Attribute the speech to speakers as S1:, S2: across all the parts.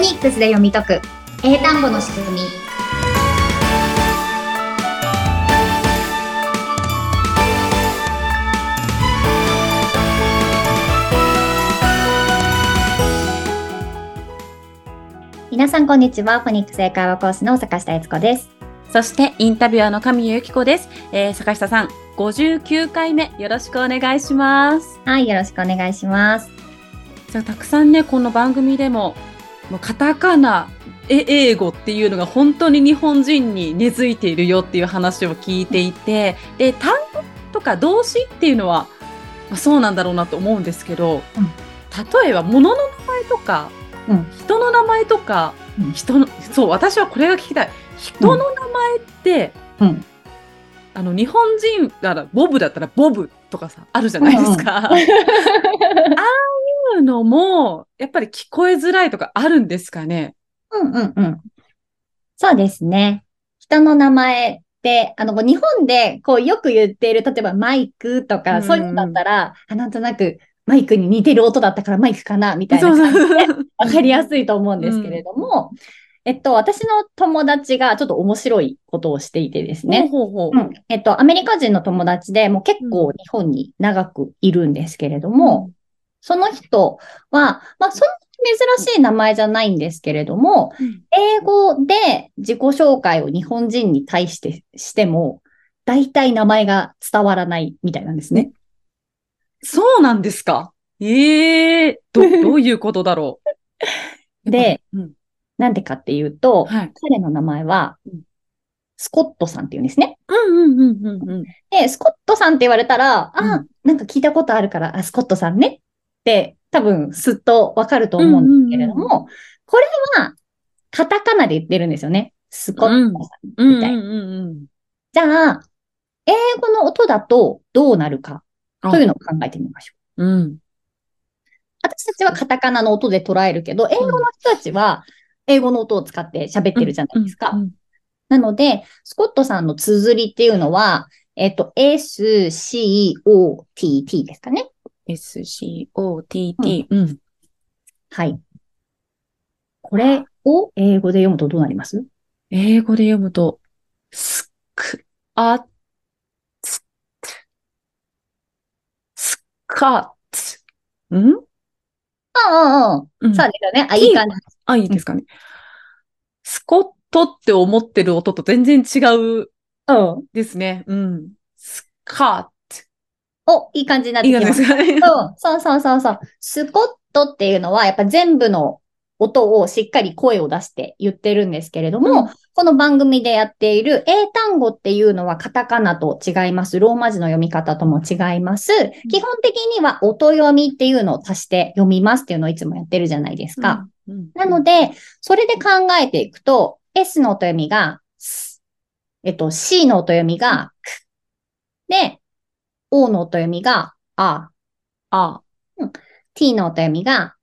S1: ニックスで読み解く英単語の仕組み皆さんこんにちはフォニックス英会話講師の坂下悦子です
S2: そしてインタビュアーの神谷由紀子です、えー坂下さん59回目よろしくお願いします
S1: はいよろしくお願いします
S2: さあたくさんねこの番組でももうカタカナえ英語っていうのが本当に日本人に根付いているよっていう話を聞いていてで単語とか動詞っていうのは、まあ、そうなんだろうなと思うんですけど、
S1: うん
S2: 例えば物の名前とか、
S1: うん
S2: 人の名前とか、
S1: うん
S2: 人のそう私はこれが聞きたい人の名前って、
S1: うん
S2: あの日本人ならボブだったらボブとか さあるじゃないですか。そういうのも、やっぱり聞こえづらいとかあるんですかね。
S1: うんうんうん。そうですね。人の名前って、あの、こう日本でこうよく言っている、例えばマイクと
S2: うんう
S1: か、
S2: ん
S1: そういうのだったら、あなんとなくマイクに似てる音だったからマイクかな、みたいな感じで
S2: う。
S1: わかりやすいと思うんですけれども、えっと、私の友達がちょっと面白いことをしていてですね。
S2: ほうほうほ
S1: うんえっと、アメリカ人の友達でもう結構日本に長くいるんですけれども、その人は、まあ、そんなに珍しい名前じゃないんですけれども、
S2: うん
S1: 英語で自己紹介を日本人に対してしても、大体名前が伝わらないみたいなんですね。
S2: そうなんですか。ええ ど、どういうことだろ う。
S1: で、
S2: うん、
S1: なんでかっていうと、
S2: はい。
S1: 彼の名前は
S2: うん、
S1: スコットさんっていうんですね。
S2: うんうんうんうんうん。
S1: で、スコットさんって言われたら、
S2: う
S1: あ、なんか聞いたことあるから、あ、スコットさんねって、多分すっとわかると思うんですけれども、
S2: うんうん
S1: これは、カタカナで言ってるんですよね。スコットさん。
S2: うんうん
S1: みたい
S2: うんうん。
S1: じゃあ、英語の音だとどうなるかというのを考えてみましょう。
S2: うん。
S1: 私たちはカタカナの音で捉えるけど、英語の人たちは英語の音を使って喋ってるじゃないですか。
S2: うん
S1: なので、スコットさんの綴りっていうのは、えっと、S, C, O, T, T ですかね。
S2: SCOTT。うん。
S1: はい。これを英語で読むとどうなります
S2: 英語で読むと、スク、あ、つ、スカッツ。ん
S1: ああ、ああ、
S2: うん
S1: そうですよね。あ、いい感じ。
S2: あ、いいですかね。スコットって思ってる音と全然違う
S1: うん。
S2: ですね。うん。スカ
S1: お、いい感じになっ
S2: ッ
S1: て
S2: いい
S1: き
S2: じ
S1: ま
S2: ゃない
S1: し
S2: ですかね。
S1: た。そうそうそうそうそう。スコットっていうのは、やっぱ全部の音をしっかり声を出して言ってるんですけれども、
S2: うん
S1: この番組でやっている英単語っていうのはカタカナと違います。ローマ字の読み方とも違います。基本的には音読みっていうのを足して読みますっていうのをいつもやってるじゃないですか。
S2: うん。
S1: なの
S2: で、
S1: で、それで考えていくと、S の音読みが、S えっと、C の音読みが、く。で、O の音読みが、あ。
S2: あ、
S1: T の音読みが、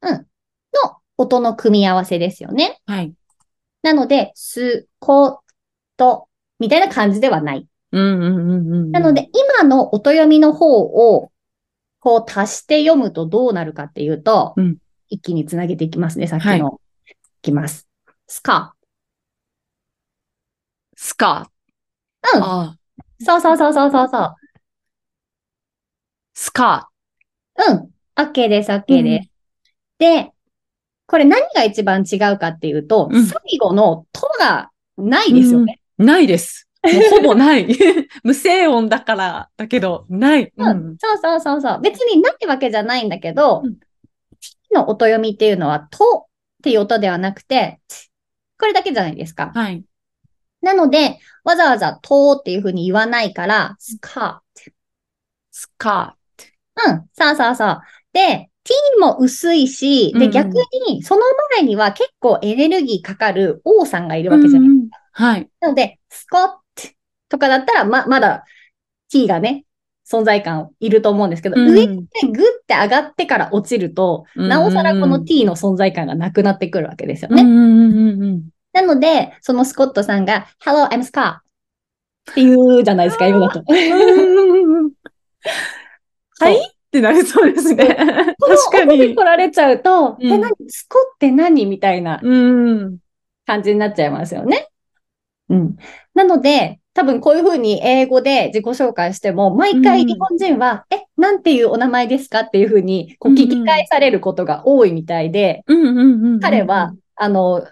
S1: てうん。の音の組み合わせですよね。
S2: はい。
S1: なので、す、こ、と、みたいな感じではない。
S2: うんうんうんうん。
S1: なので、、今の音読みの方を、こう足して読むとどうなるかっていうと、
S2: うん
S1: 一気につなげていきますね、さっきの。
S2: はい
S1: い、きます。スカ。
S2: スカ
S1: うん
S2: あ、
S1: そうそうそうそうそうそう。
S2: スカ
S1: うん。OK です、OK です。で、これ何が一番違うかっていうと、
S2: うん
S1: 最後のとがないですよね。
S2: ないです。もうほぼない。 無声音だから、だけど、ない。
S1: うんそうそうそうそう。別にないわけじゃないんだけど、
S2: うん
S1: T の音読みっていうのは、とっていう音ではなくて、つこれだけじゃないですか。
S2: はい。
S1: なので、わざわざとっていうふうに言わないから、スカ
S2: スカ
S1: ー。うん、そうそうそう。で、T も薄いし、
S2: うん
S1: で、
S2: うん
S1: 逆に、その前には結構エネルギーかかる O さんがいる
S2: ー
S1: わけじゃない。
S2: うんうんはい。
S1: なので、スコットとかだったら、ま、まだ T がね、存在感いると思うんですけど、上で
S2: うん
S1: グッて上がってから落ちると、なおさらこの T の存在感がなくなってくるわけですよね。
S2: うんうんうんうん。
S1: なので、そのスコットさんが、Hello, I'm Scott っていうじゃないです か、今だと。
S2: はいってなりそうですね。
S1: と
S2: 確かに
S1: 音で来られちゃうと、
S2: うん
S1: え、何スコって何みたいな
S2: うん。
S1: 感じになっちゃいますよね。うん。なので、多分こういうふうに英語で自己紹介しても、毎
S2: う
S1: 回
S2: ん
S1: 日本人は、え、なんていうお名前ですかっていうふうに、こう
S2: うんうん
S1: 聞き返されることが多いみたいで、
S2: うんうんうんうん。
S1: 彼は、あの、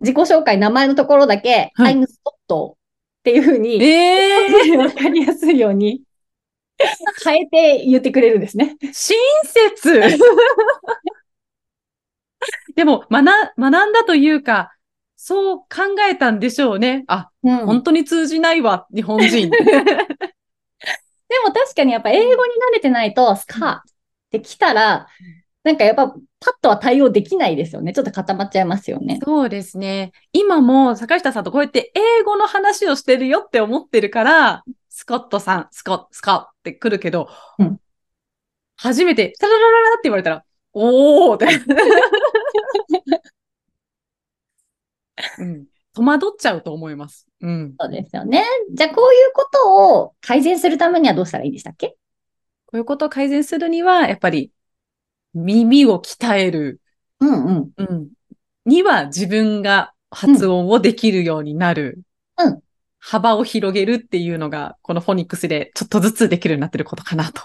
S1: 自己紹介、名前のところだけ、
S2: はい
S1: I'm Scott っていうふうに、
S2: ええ
S1: わかりやすいように、変えて言ってくれるんですね。
S2: 親切 でも、学、学んだというか、そう考えたんでしょうね。あ、
S1: うん、で
S2: 本
S1: も
S2: 当に通じないわ、日本人。
S1: 確かにやっぱ英語に慣れてないと、スカーって来たら、なんかやっぱパッとは対応できないですよね。ちょっと固まっちゃいますよね。
S2: そうですね。今も坂下さんとこうやって英語の話をしてるよって思ってるから、スコットさん、スコッ、スコって来るけど、
S1: うん
S2: 初めて、タララララって言われたら、おー って、うん。戸惑っちゃうと思います。うん。
S1: そうですよね。じゃあこういうことを改善するためにはどうしたらいいでしたっけ
S2: こういうことを改善するには、やっぱり、耳を鍛える、
S1: うんうん。
S2: うん、には自分が発音をできるようになる。
S1: うん
S2: 幅を広げるっていうのが、このフォニックスでちょっとずつできるようになってることかなと。。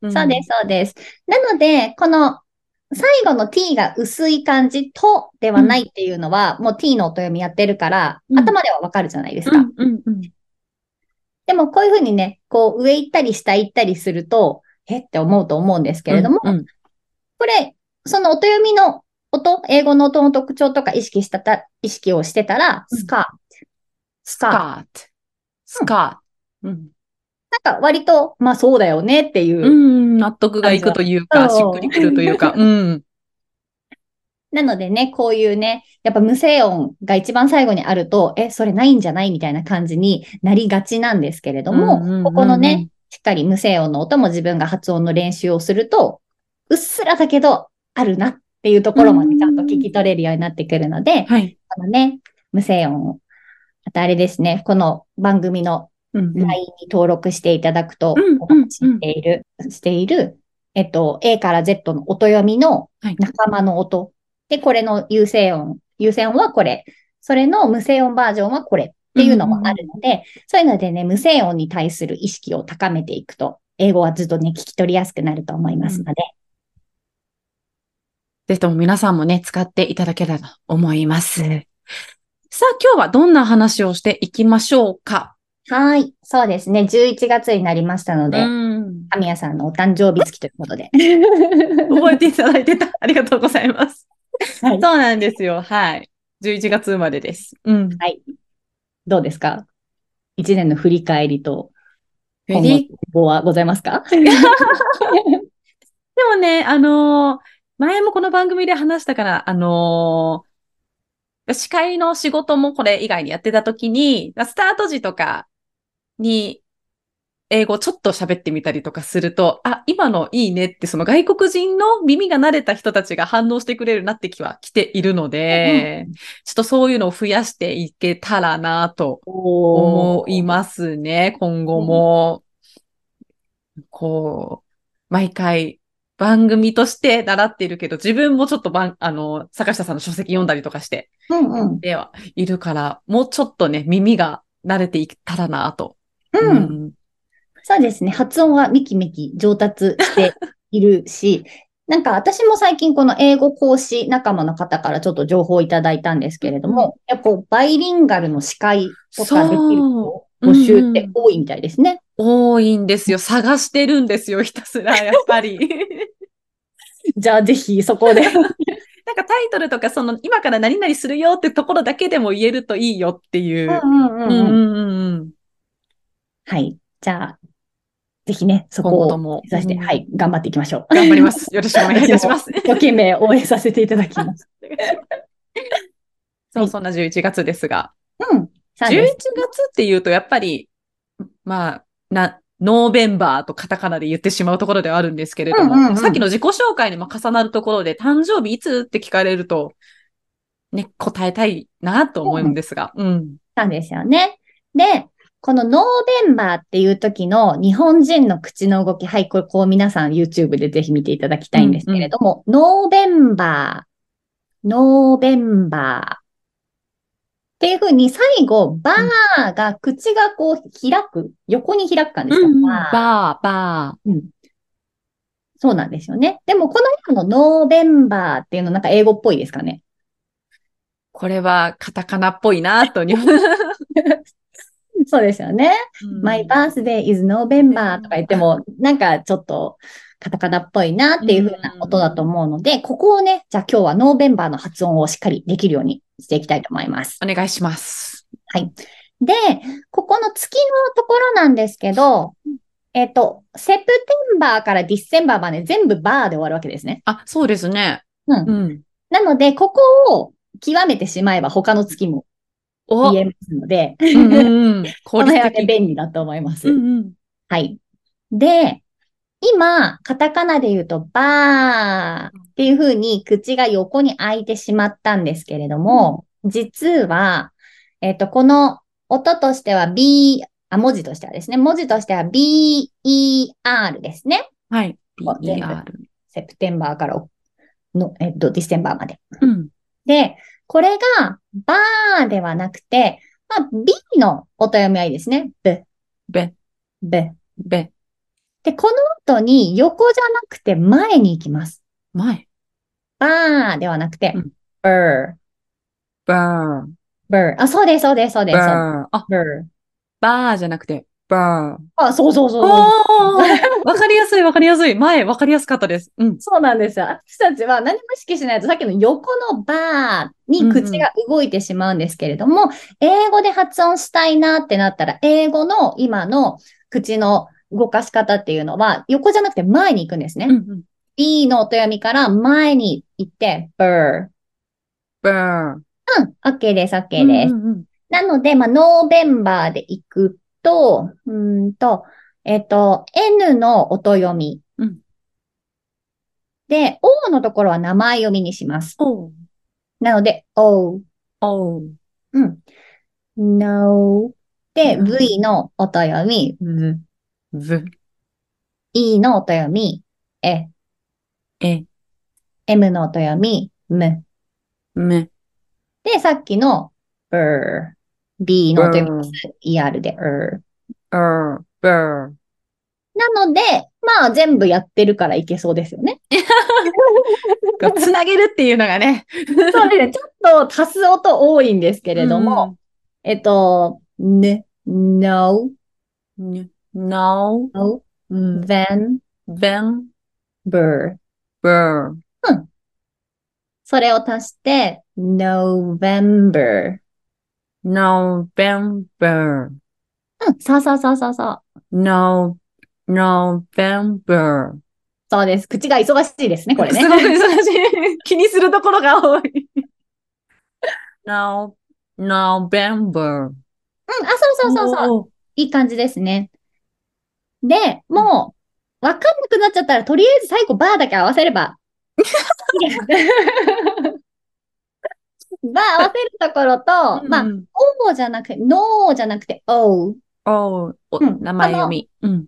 S1: うん。そうですす、そうです。なので、この最後の t が薄い感じとではないっていうのは、もう t の音読みやってるから、
S2: うん
S1: 頭ではわかるじゃないです
S2: う
S1: か。
S2: んうんうん。
S1: でもこういうふうにね、こう上行ったり下行ったりすると、えって思うと思うんですけれども、
S2: うんうん
S1: これ、その音読みの音、英語の音の特徴とか意識したた、意識をしてたら、
S2: うん
S1: スカ、ス
S2: ス
S1: カ、
S2: カート。スカート。うん。
S1: なんか割と、まあそうだよねっていう、
S2: うん、納得がいくというか、し
S1: そ
S2: っ
S1: う
S2: くりくるというか、うん。
S1: なのでね、こういうね、やっぱ無声音が一番最後にあると、え、それないんじゃないみたいな感じになりがちなん ですけれども、
S2: うんうんうんうん
S1: ここのね、しっかり無声音の音も自分が発音の練習をすると、うっすらだけどあるなっていうところまでちゃんと聞き取れるようになってくるので、
S2: はい。
S1: あのね、無声音を。あとあれですね、この番組の
S2: うんうん
S1: LINE に登録していただくと、
S2: うん
S1: お話ししている、している、えっと、A から Z の音読みの
S2: はい
S1: 仲間の音。で、これの優勢音、優先音はこれ。それの無声音バージョンはこれっていうのもあるので、そういうのでね、無声音に対する意識を高めていくと、英語はずっとね、聞き取りやすくなると思いますので、
S2: ぜひとも皆さんもね、使っていただければと思います。さあ、今日はどんな話をしていきましょうか。
S1: はい。そうですね。11月になりましたので、
S2: ん。
S1: 神谷さんのお誕生日月という ことで。
S2: 覚えていただい てた。ありがとうございます。
S1: はい
S2: そうなんですよ。はい。11月生まれです。うん。
S1: どうですか一年の振り返りと、
S2: で
S1: 今後の希望はございますか
S2: もね、あのー前もこの番組で話したから、あのー司会の仕事もこれ以外にやってた時に、まあスタート時とかに、英語ちょっと喋ってみたりとかすると、あ、今のいいねって、その外国人の耳が慣れた人たちが反応してくれるなって気は来ているので、ちょっとそういうのを増やしていけたらなと思いますね、今後も。こう、毎回番組として習っているけど、自分もちょっと番、あの、坂下さんの書籍読んだりとかして、
S1: す。うんうん。
S2: ではいるから、もうちょっとね、耳が慣れていったらなと。
S1: う。
S2: うんん
S1: そうですね。発音はめきめき上達しているし、 なんか私も最近この英語講師仲間の方からちょっと情報をいただいたんですけれども、やっぱこうバイリンガルの司会とかできる
S2: そ
S1: 人募集って多いみたいですね。
S2: 多いんですよ。探してるんですよ、ひたす ら、やっぱり。
S1: じゃあぜひそこで。
S2: なんかタイトルとか、その、今から何々するよってところだけでも言えるといいよって いうう。
S1: んうん
S2: うんうんうんうん。
S1: はい。じゃあ、ぜひね、そ
S2: 今後
S1: こを
S2: とも。
S1: 目指して、
S2: うん
S1: はい、頑張っていきましょう。
S2: 頑張り ます。よろしくお願いいたします。
S1: 一生懸命応援させていただきます。
S2: そう、そんな11月ですが。
S1: うん。そう
S2: 11
S1: で
S2: 月
S1: す
S2: っていうと、やっぱり、まあ、な、ノーベンバーとカタカナで言ってしまうところではあるんですけれども、
S1: うんうんうん
S2: さっきの自己紹介にも重なるところで、誕生日いつって聞かれると、ね、答えたいなと思うんですが、うん。
S1: そうですよね。で、このノーベンバーっていう時の日本人の口の動き、はい、これこう皆さん YouTube でぜひ見ていただきたいんですけれども、ノーベンバー、ノーベンバー。っていうふうに最後、バーが口がこう開く、横に開く感じですか、バー
S2: バー、バ
S1: うんそうなんですよね。でも、この今のノーベンバーっていうのなんか英語っぽいですかね。
S2: ー。これはカタカナっぽいな と、日本。
S1: そうですよね。My birthday is November とか言っても、なんかちょっとカタカナっぽいなっていう風な音だと思うので、ここをね、じゃあ今日はノーベンバーの発音をしっかりできるようにしていきたいと思います。
S2: お願いします。
S1: で、ここの月のところなんですけど、えっと、セプテンバーからディセンバーまで全部バーで終わるわけですね。
S2: あ、そうですね。
S1: うん
S2: うん。
S1: なので、ここを極めてしまえば他の月も
S2: お、
S1: 言えますので、
S2: うん うんうん、
S1: こ
S2: 効
S1: の辺
S2: 率
S1: はね、
S2: 的。
S1: 便利だと思います。
S2: うんうん
S1: はい。で、今、カタカナで言うと、バーっていう風に口が横に開いてしまったんですけれども、実は、えっ、と、この音としては B、あ、文字としてはですね、文字としては BER ですね。
S2: はい。
S1: こう全部
S2: BER。
S1: セプテンバーからの、えっ、と、ディセンバーまで。
S2: うん。
S1: で、これが、バーではなくて、まあ、B の音読みはいいですね。ブ、
S2: べ、
S1: ブ。
S2: べ、
S1: で、この後に横じゃなくて前に行きます。
S2: 前。
S1: バーではなくて
S2: うん、
S1: ブー、
S2: バー、
S1: ブー。あ、そうです、そうです、そうです。そう
S2: バー。あ、
S1: ブー。
S2: バーじゃなくて、バー。
S1: あ、そうそうそうそう。
S2: おー わかりやすい、わかりやすい。前、わかりやすかったです。うん。
S1: そうなんですよ。私たちは何も意識しないと、さっきの横のバーに口が動いてしまうんですけれども、英語で発音したいなってなったら、英語の今の口の動かし方っていうのは、横じゃなくて前に行くんですね。
S2: うんうん。
S1: B の音読みから前に行って、ブー。
S2: バー。
S1: うん、OK です、OK です。
S2: うんうん
S1: なので、まあ、ノーベンバーで行くと、うーんと、えっ、と、N の音読み。
S2: うん
S1: で、O のところは名前読みにします。
S2: おう
S1: なので、O、
S2: おう
S1: うん。No。で、
S2: うん
S1: V の音読み、
S2: ず、ず、
S1: E の音読み、え、
S2: え、
S1: M の音読み、む。
S2: め、
S1: で、さっきの、er、B の音読みです。ER で、er。
S2: バー、バー。
S1: なので、まあ、全部やってるからいけそうですよね。
S2: がつなげるっていうのがね。
S1: そうですね。ちょっと足す音多いんですけ
S2: け
S1: れども、、えっと、ね、no,
S2: に、なお、
S1: no,
S2: うん、
S1: then,
S2: べん、
S1: ber.
S2: バー、
S1: それを足して、November.
S2: なお、べん、バー、
S1: うん、そうそうそうそうそう。
S2: なお、なお、べん、バー。
S1: そうです。口が忙しいですね、こ れ
S2: すごい
S1: ね。
S2: 忙しい。気にするところが多い。なお、なお、べん、バー。
S1: うん、あ、そうそうそうそう。
S2: そう。
S1: いい感じですね。で、もう、わかんなくなっちゃったら、とりあえず最後、バーだけ合わせれば。バー合わせるところと、まあ、O じゃなくて、No じゃなくて O。
S2: おう、お
S1: うん
S2: 名前読み。うん。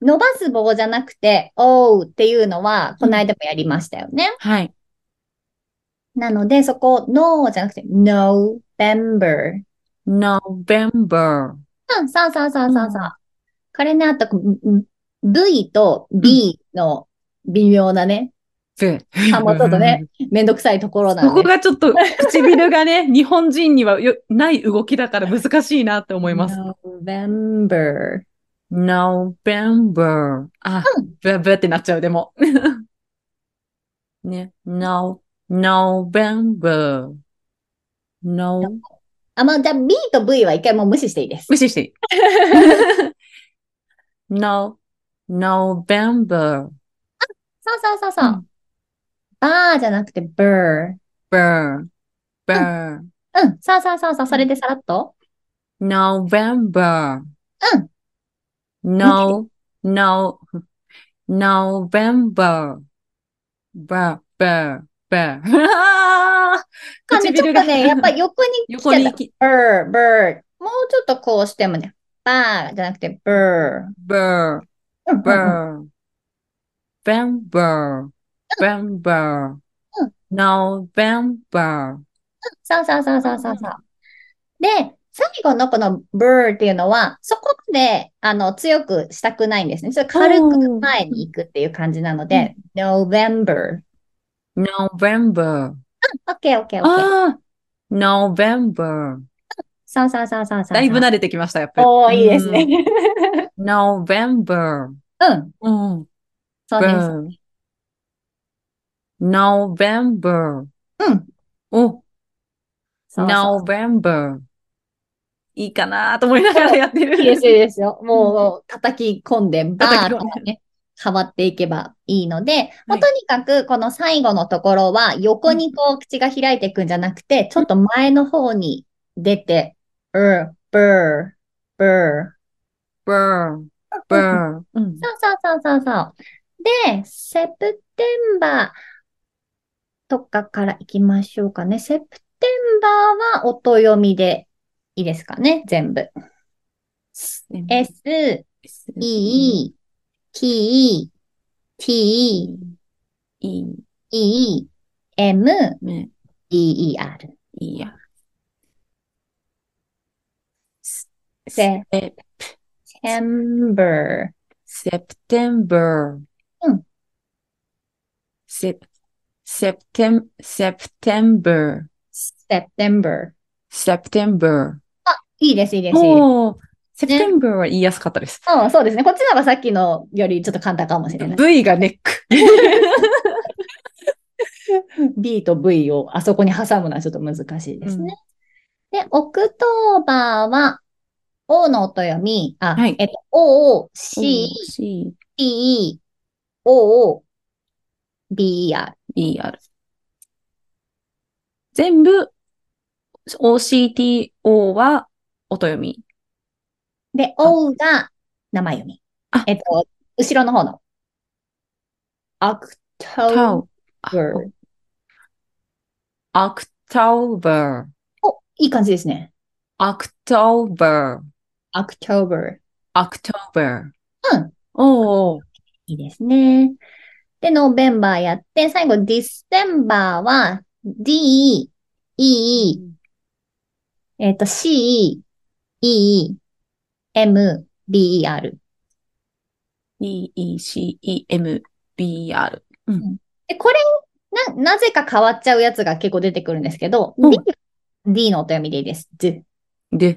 S1: 伸ばす棒じゃなくて O っていうのは、この間もやりましたよね。
S2: はい。
S1: なので、そこ、No じゃなくて November。
S2: November。
S1: うん、そうそうそうそうそう。これね、あと、んん V と B の微妙なね、
S2: あ
S1: あもうちょっとね。めんどくさいところなん
S2: こ
S1: で。
S2: こがちょっと唇がね、日本人にはよない動きだから難しいなって思います。
S1: November。
S2: November。あ、Ah, ブブってなっちゃう、で も。ね、No, November。No.
S1: あ、まあ、じゃあ B と V は一回もう無視していいです。
S2: 無視していい。no, November.
S1: そうそうそうそう。
S2: うん
S1: バーじゃなくて Burr。
S2: Burn.
S1: う
S2: Burn.
S1: ん、そうそうそうそう。それでさらっと。
S2: November.
S1: うん。
S2: No, no, November. Ba, ba,
S1: か
S2: ba.
S1: ね、ちょっとね、やっぱ横に来
S2: 横に
S1: ちゃっ
S2: 行
S1: た。
S2: き、
S1: Burr、Burr。もうちょっとこうしてもね、バーじゃなくて、ブー。
S2: バ
S1: う
S2: ー、
S1: ん
S2: バ
S1: うんうん
S2: ー、バンバー、バンバ
S1: う
S2: ー、now バンバー。
S1: そうそうそうそうそうそう。で、最後のこのブーっていうのは、そこまで、あの、強くしたくないんですね。それ軽く前に行くっていう感じなので、November。
S2: November.
S1: OK, OK, OK.
S2: ああ、November.
S1: そうそうそうそうそう。
S2: だいぶ慣れてきました、やっぱり。
S1: おー、いいですね。
S2: うん。November.
S1: うん。
S2: うん。
S1: そうです。
S2: November.
S1: うん。
S2: お、
S1: そうそう
S2: November. いいかなと思いながら やってる。
S1: いいです、いいですよ。も う、叩き込んで、バー
S2: 叩き
S1: と
S2: 込んで
S1: かね、変わっていけばいいので、もうとにかく、この最後のところは、横にこう、口が開いていくんじゃなくて、ちょっと前の方に出て、うん、ブー、ブー。
S2: Burr, burr. うん。
S1: そうそうそうそうそう。で、セプテンバーとかから行きましょうかね。セプテンバーは音読みでいいですかね、全部。S、E、T、T、
S2: E、
S1: E、M、
S2: ね、
S1: D、E、R。
S2: いいや。セ、
S1: セテンバー。
S2: September.
S1: うん。
S2: Sep, septem, September.
S1: セプテンバー。
S2: September.
S1: いいです、いいです。いいです
S2: おー、September は言いやすかったです。
S1: うん、そうですね。こっちの方がさっきのよりちょっと簡単かもしれない。
S2: V がネック。
S1: B と V をあそこに挟むのはちょっと難しいですね。で、オクトーバーは、O の音読み、あ、
S2: はい
S1: えっと、O、C、
S2: C、
S1: B、O、B、R。
S2: E、R。全部、OCTO は音読み。
S1: で、O が名前読み
S2: あ。
S1: えっと、後ろの方の。オクトー
S2: Tau
S1: バー。
S2: October。
S1: お、いい感じですね。
S2: October。
S1: オクトーバー。
S2: October。
S1: うん。
S2: おー。
S1: いいですね。で、ノーベンバーやって、最後、ディステンバーは、D、E、えっ、と、C、E、M、B、E、R。
S2: E, E, C, E, M, B, R。
S1: で、これ、な、なぜか変わっちゃうやつが結構出てくるんですけど、
S2: うん
S1: D、D のお読みでいいです。D
S2: で、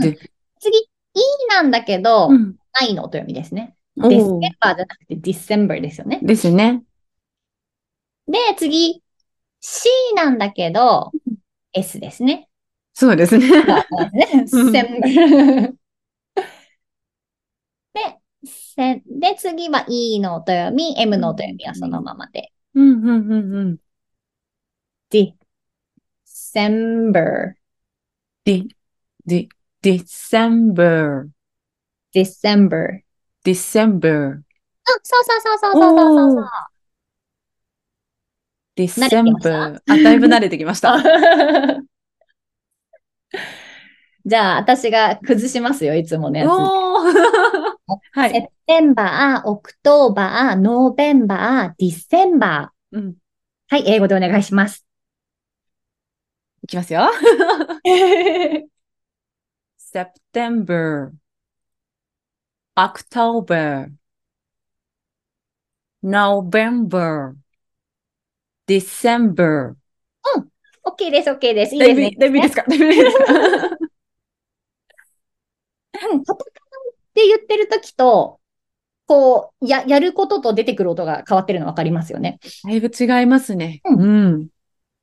S1: 次、E なんだけど、
S2: うん。
S1: I のお読みですね。デ
S2: お
S1: ィス
S2: ー
S1: テンバーじゃなくて、ディステンバーですよね。
S2: ですね。
S1: で、次、C なんだけど
S2: うん、
S1: S ですね。
S2: そうですね。
S1: ね、
S2: うん
S1: センで、せんで、次は E の音読み、M の音読みはそのままで。
S2: うん、うん、うん、うん。
S1: で、センバー、
S2: で、で、December。
S1: ディセンバー。あ、
S2: December。
S1: そうそうそうそうそうそうそうそう。慣れてまし
S2: December。あ、だいぶ慣れてきま した。
S1: じゃあ、私が崩しますよ、いつものやつ。
S2: おー。 はい。
S1: セプテンバー、オクトーバー、ノーベンバー、ディセンバ
S2: うん。
S1: ー。はい、英語でお願いし ます。
S2: いきますよ。September, October, November, December.
S1: OK です、OK です。いい
S2: だ
S1: です
S2: いぶ
S1: ね。
S2: だいぶいいですかだいぶいいですか
S1: うんカタカナって言ってるときと、こう、や、やることと出てくる音が変わってるの分かりますよね。
S2: だいぶ違いますね。
S1: う
S2: うん。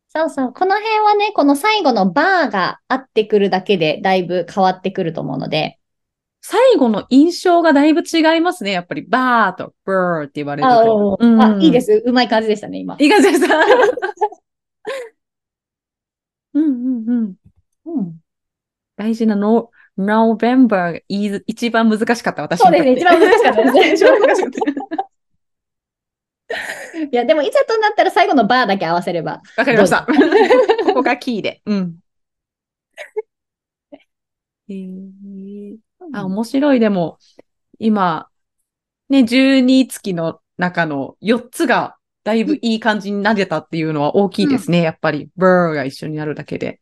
S1: そうそう。この辺はね、この最後のバーが合ってくるだけで、だいぶ変わってくると思うので。
S2: 最後の印象がだいぶ違いますね。やっぱり、バーとブーって言われる
S1: あ、
S2: と。うん
S1: あ、いいで。す。うまい感じでしたね、今。
S2: いい感じ です。うんうんうん。
S1: うん。
S2: 大事なの、November がいい一番難しかった、私
S1: そう
S2: に
S1: で
S2: とっ
S1: す
S2: て
S1: ね。一番難しかったです。
S2: 一番難しかった。
S1: いや、でも、いざとなったら最後のバーだけ合わせれば。
S2: わかりました。ここがキーで。うん。えー、あ、面白い。でも、今、ね、12月の中の4つが、だいぶいい感じになれたっていうのは大きいですね。やっぱり、burr が一緒になるだけで。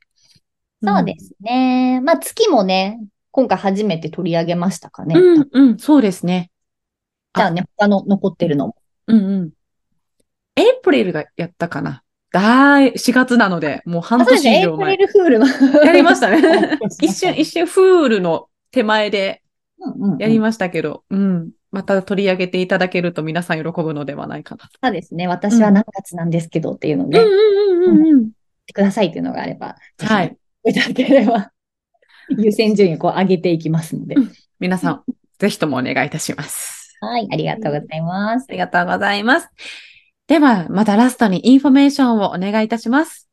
S1: そうですね。まあ、月もね、今回初めて取り上げましたかね。
S2: うん、うん、うん、そうですね。
S1: じゃあね、他の残ってるのも。
S2: うんうん。エイプリルがやったかな。だーい、4月なので、もう半
S1: あ、そうで
S2: 年
S1: すね。エ
S2: 以
S1: イ
S2: 上
S1: プ
S2: 前
S1: リ。ルフールの。
S2: や りました ね。一
S1: 一
S2: 瞬、一瞬、フールの手前でやり
S1: ま
S2: ましたけど、うん。また取り上げていただけると皆さん喜ぶのではないかなと。
S1: したですね。私は何月なんですけどっていうので、言っ
S2: ん
S1: うんうん
S2: うんうん。
S1: てくださいっていうのがあれば、
S2: は。い。
S1: いただけれ ば、優先順位をこう上げていきますので。
S2: 皆さん、ぜひともお願いいたします。
S1: はい、ありがとうございます
S2: あ。りがとうございます。では、またラストにインフォメーションをお願いいたします。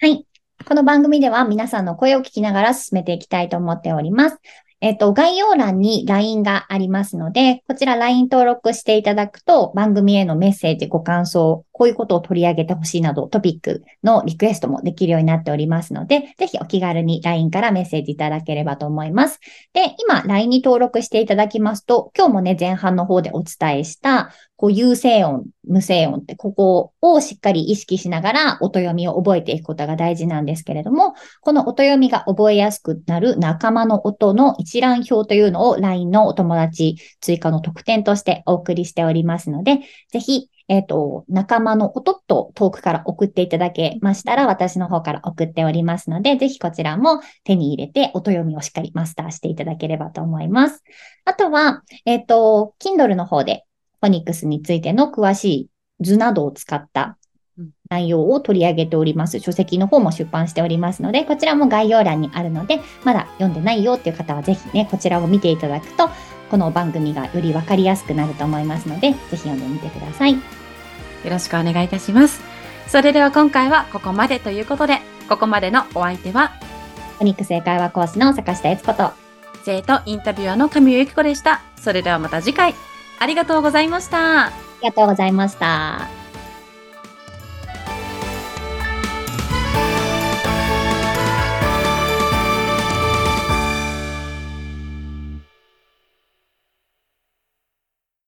S1: はい。この番組では皆さんの声を聞きながら進めていきたいと思っております。えっと、概要欄に LINE がありますので、こちら LINE 登録していただくと、番組へのメッセージ、ご感想、こういうことを取り上げてほしいなど、トピックのリクエストもできるようになっておりますので、ぜひお気軽に LINE からメッセージいただければと思います。で、今、LINE に登録していただきますと、今日もね、前半の方でお伝えした、こう、有声音、無声音って、ここをしっかり意識しながら、音読みを覚えていくことが大事なんですけれども、この音読みが覚えやすくなる仲間の音の一覧表というのを LINE のお友達追加の特典としてお送りしておりますので、ぜひ、えっ、と、仲間の音と遠くから送っていただけましたら、私の方から送っておりますので、ぜひこちらも手に入れて、音読みをしっかりマスターしていただければと思います。あとは、えっ、と、Kindle の方でフォニックスについての詳しい図などを使った内容を取り上げております。書籍の方も出版しておりますので、こちらも概要欄にあるので、まだ読んでないよっていう方はぜひね、こちらを見ていただくと、この番組がよりわかりやすくなると思いますので、ぜひ読んでみてください。
S2: よろしくお願いいたします。それでは今回はここまでということで、ここまでのお相手は、
S1: フォニックス英会話講師の坂下悦子と、
S2: 生徒インタビュアーの神尾由紀子でした。それではまた次回、ありがとうございました。
S1: ありがとうございました。